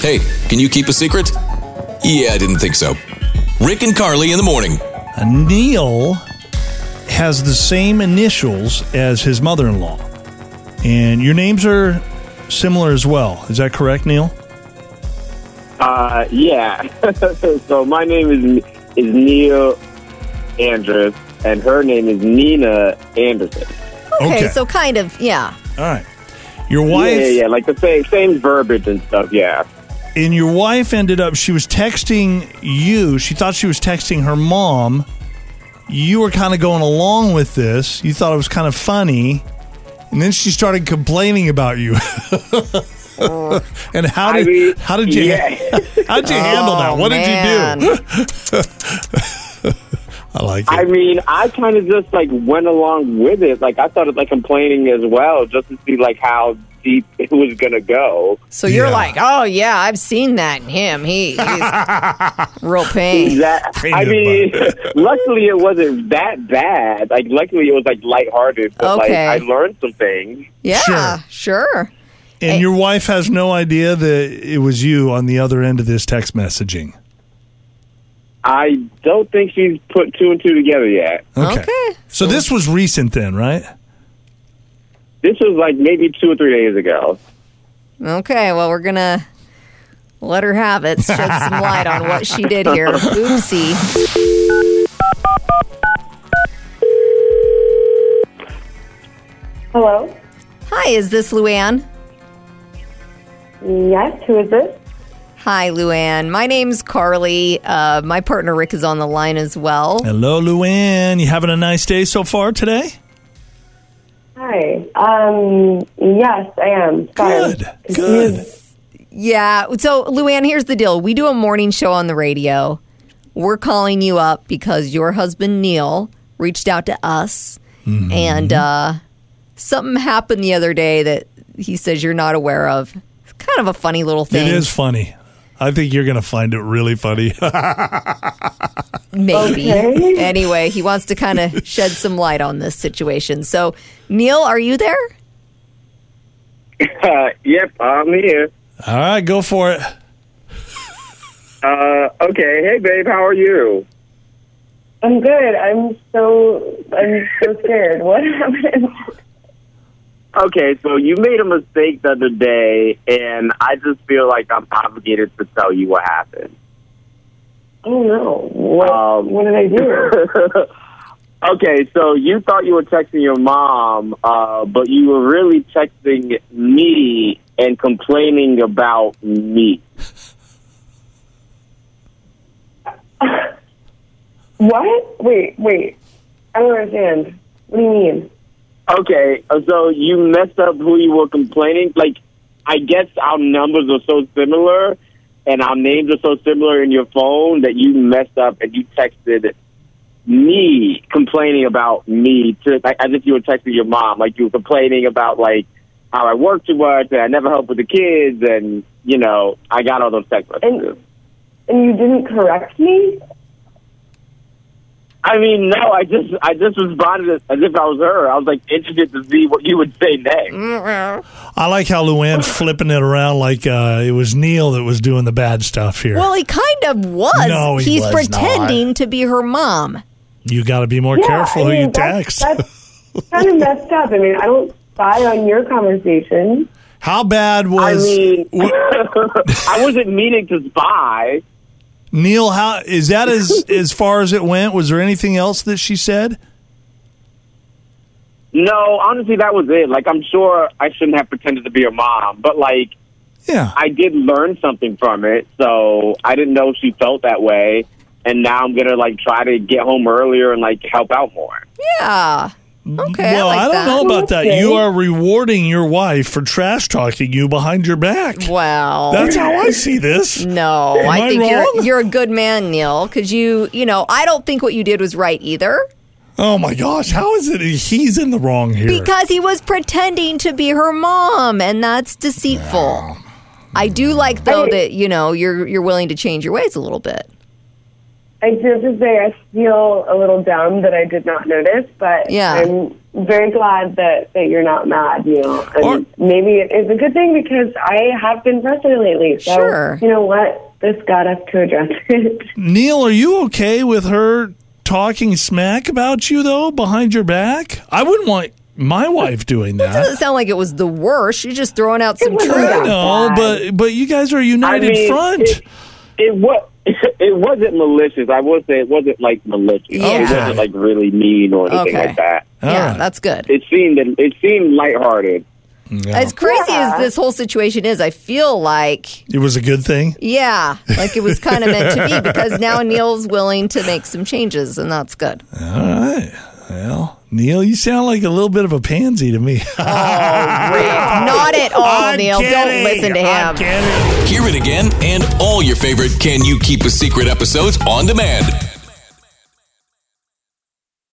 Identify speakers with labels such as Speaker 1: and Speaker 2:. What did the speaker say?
Speaker 1: Hey, can you keep a secret? Yeah, I didn't think so. Rick and Carly in the morning.
Speaker 2: Uh, Neil has the same initials as his mother in law. And your names are similar as well. Is that correct, Neil?
Speaker 3: Uh, yeah. so my name is is Neil Andrus, and her name is Nina Anderson.
Speaker 4: Okay,
Speaker 2: Okay.
Speaker 4: so kind of, yeah.
Speaker 2: All right. Your
Speaker 3: Yeah,
Speaker 2: wife
Speaker 3: yeah, yeah, like the same same verbiage and stuff. Yeah.
Speaker 2: and your wife ended up she was texting you. She thought she was texting her mom. You were kind of going along with this. You thought it was kind of funny. And then she started complaining about you. and how
Speaker 3: I
Speaker 2: did
Speaker 3: mean,
Speaker 2: how did you
Speaker 3: yeah.
Speaker 2: how did you handle
Speaker 4: Oh,
Speaker 2: that? What did you do? I like it.
Speaker 3: I mean, I kind of just like went along with it. Like I started like complaining as well, just to see like how deep it was gonna go.
Speaker 4: So you're
Speaker 2: Yeah.
Speaker 4: like, oh yeah, I've seen that in him. He, he's real pain.
Speaker 3: That I
Speaker 2: Pain in
Speaker 3: mean, luckily it wasn't that bad. Like luckily it was like lighthearted, but
Speaker 4: Okay.
Speaker 3: like I learned some things.
Speaker 4: Yeah, sure.
Speaker 2: and your wife has no idea that it was you on the other end of this text messaging.
Speaker 3: I don't think she's put two and two together yet.
Speaker 4: Okay.
Speaker 2: So this was recent then, right?
Speaker 3: This was like maybe two or three days ago.
Speaker 4: Okay, well we're gonna let her have it. Shed some light on what she did here. Oopsie.
Speaker 5: Hello?
Speaker 4: Hi, is this Luann?
Speaker 5: Yes, who is this?
Speaker 4: Hi, Luann. My name's Carly. Uh, my partner Rick is on the line as well.
Speaker 2: Hello, Luann. You having a nice day so far today?
Speaker 5: Hi. Um, yes, I am. Sorry.
Speaker 2: Good. Good.
Speaker 4: Yeah. So, Luann, here's the deal. We do a morning show on the radio. We're calling you up because your husband, Neil, reached out to us.
Speaker 2: Mm-hmm.
Speaker 4: And uh, something happened the other day that he says you're not aware of. It's kind of a funny little
Speaker 2: It
Speaker 4: thing.
Speaker 2: is funny. I think you're going to find it really funny.
Speaker 4: Maybe.
Speaker 5: Okay.
Speaker 4: Anyway, he wants to kind of shed some light on this situation. So, Neil, are you there?
Speaker 3: Uh, yep, I'm here.
Speaker 2: All right, go for it.
Speaker 3: Uh, okay, hey babe, how are you?
Speaker 5: I'm good. I'm so I'm so scared. What happened?
Speaker 3: Okay, so you made a mistake the other day, and I just feel like I'm obligated to tell you what happened.
Speaker 5: Oh no. What
Speaker 3: Um,
Speaker 5: what did I do?
Speaker 3: okay, so you thought you were texting your mom, uh, but you were really texting me and complaining about me.
Speaker 5: What? Wait, wait. I don't understand. What do you mean?
Speaker 3: Okay, uh, so you messed up who you were complaining. Like, I guess our numbers are so similar and our names are so similar in your phone that you messed up and you texted me complaining about me to like as if you were texting your mom. Like you were complaining about like how I work too much and I never help with the kids and you know I got all those text messages.
Speaker 5: And you didn't correct me?
Speaker 3: I mean, no, I just I just responded as if I was her. I was like interested to see what you would say next.
Speaker 2: I like how Luann's flipping it around like uh, it was Neil that was doing the bad stuff here.
Speaker 4: Well, he kind of was.
Speaker 2: No, he
Speaker 4: He's
Speaker 2: was
Speaker 4: pretending to be her mom.
Speaker 2: you got to be more
Speaker 5: Yeah,
Speaker 2: careful
Speaker 5: I
Speaker 2: who
Speaker 5: mean,
Speaker 2: you
Speaker 5: that's-
Speaker 2: text.
Speaker 5: That's kind of messed up. I mean, I don't spy on your conversation.
Speaker 2: How bad
Speaker 3: I
Speaker 2: was
Speaker 3: mean, I wasn't meaning to spy.
Speaker 2: Neil? How is that as as far as it went? Was there anything else that she said?
Speaker 3: No, honestly, that was it. Like, I'm sure I shouldn't have pretended to be your mom, but like,
Speaker 2: Yeah.
Speaker 3: I did learn something from it. So I didn't know she felt that way, and now I'm gonna like try to get home earlier and like help out more.
Speaker 4: Yeah. Okay.
Speaker 2: well,
Speaker 4: I, like
Speaker 2: I don't
Speaker 4: that.
Speaker 2: know about that.
Speaker 5: Okay.
Speaker 2: You are rewarding your wife for trash talking you behind your back.
Speaker 4: Well,
Speaker 2: That's how I see this.
Speaker 4: no,
Speaker 2: Am
Speaker 4: I
Speaker 2: I
Speaker 4: think you're
Speaker 2: wrong?
Speaker 4: you're a good man, Neil, because you you know I don't think what you did was right either
Speaker 2: Oh my gosh, how is it he's in the wrong here?
Speaker 4: because he was pretending to be her mom, and that's deceitful. I do like though
Speaker 5: I-
Speaker 4: that you know you're you're willing to change your ways a little bit.
Speaker 5: I do have to say I feel a little dumb that I did not notice, but
Speaker 4: Yeah.
Speaker 5: I'm very glad that, that you're not mad, you know. And
Speaker 2: Or-
Speaker 5: maybe it is a good thing because I have been pressured lately. So
Speaker 4: Sure.
Speaker 5: you know what? This got us to address it.
Speaker 2: Neil, are you okay with her talking smack about you though behind your back? I wouldn't want my wife doing
Speaker 4: Doesn't
Speaker 2: that.
Speaker 4: sound like it was the worst. You're just throwing out some
Speaker 5: wasn't
Speaker 4: truth.
Speaker 5: that
Speaker 2: No,
Speaker 5: bad.
Speaker 2: but but you guys are a
Speaker 3: I
Speaker 2: united
Speaker 3: mean,
Speaker 2: front.
Speaker 3: It, it was. It wasn't malicious. I will say it wasn't like malicious.
Speaker 4: Yeah.
Speaker 3: It wasn't like really mean or anything
Speaker 4: Okay.
Speaker 3: like that.
Speaker 2: All
Speaker 4: yeah,
Speaker 2: right.
Speaker 4: that's good.
Speaker 3: It seemed it seemed lighthearted.
Speaker 2: Yeah.
Speaker 4: As crazy
Speaker 5: Yeah.
Speaker 4: as this whole situation is, I feel like,
Speaker 2: it was a good thing.
Speaker 4: yeah, like it was kind of meant to be because now Neil's willing to make some changes, and that's good.
Speaker 2: All right. Well, Neil, you sound like a little bit of a pansy to me.
Speaker 4: Not at all,
Speaker 2: I'm
Speaker 4: Oh, Neil.
Speaker 2: kidding.
Speaker 4: Don't listen to him.
Speaker 2: I'm kidding.
Speaker 1: Hear it again and all your favorite Can You Keep a Secret episodes on demand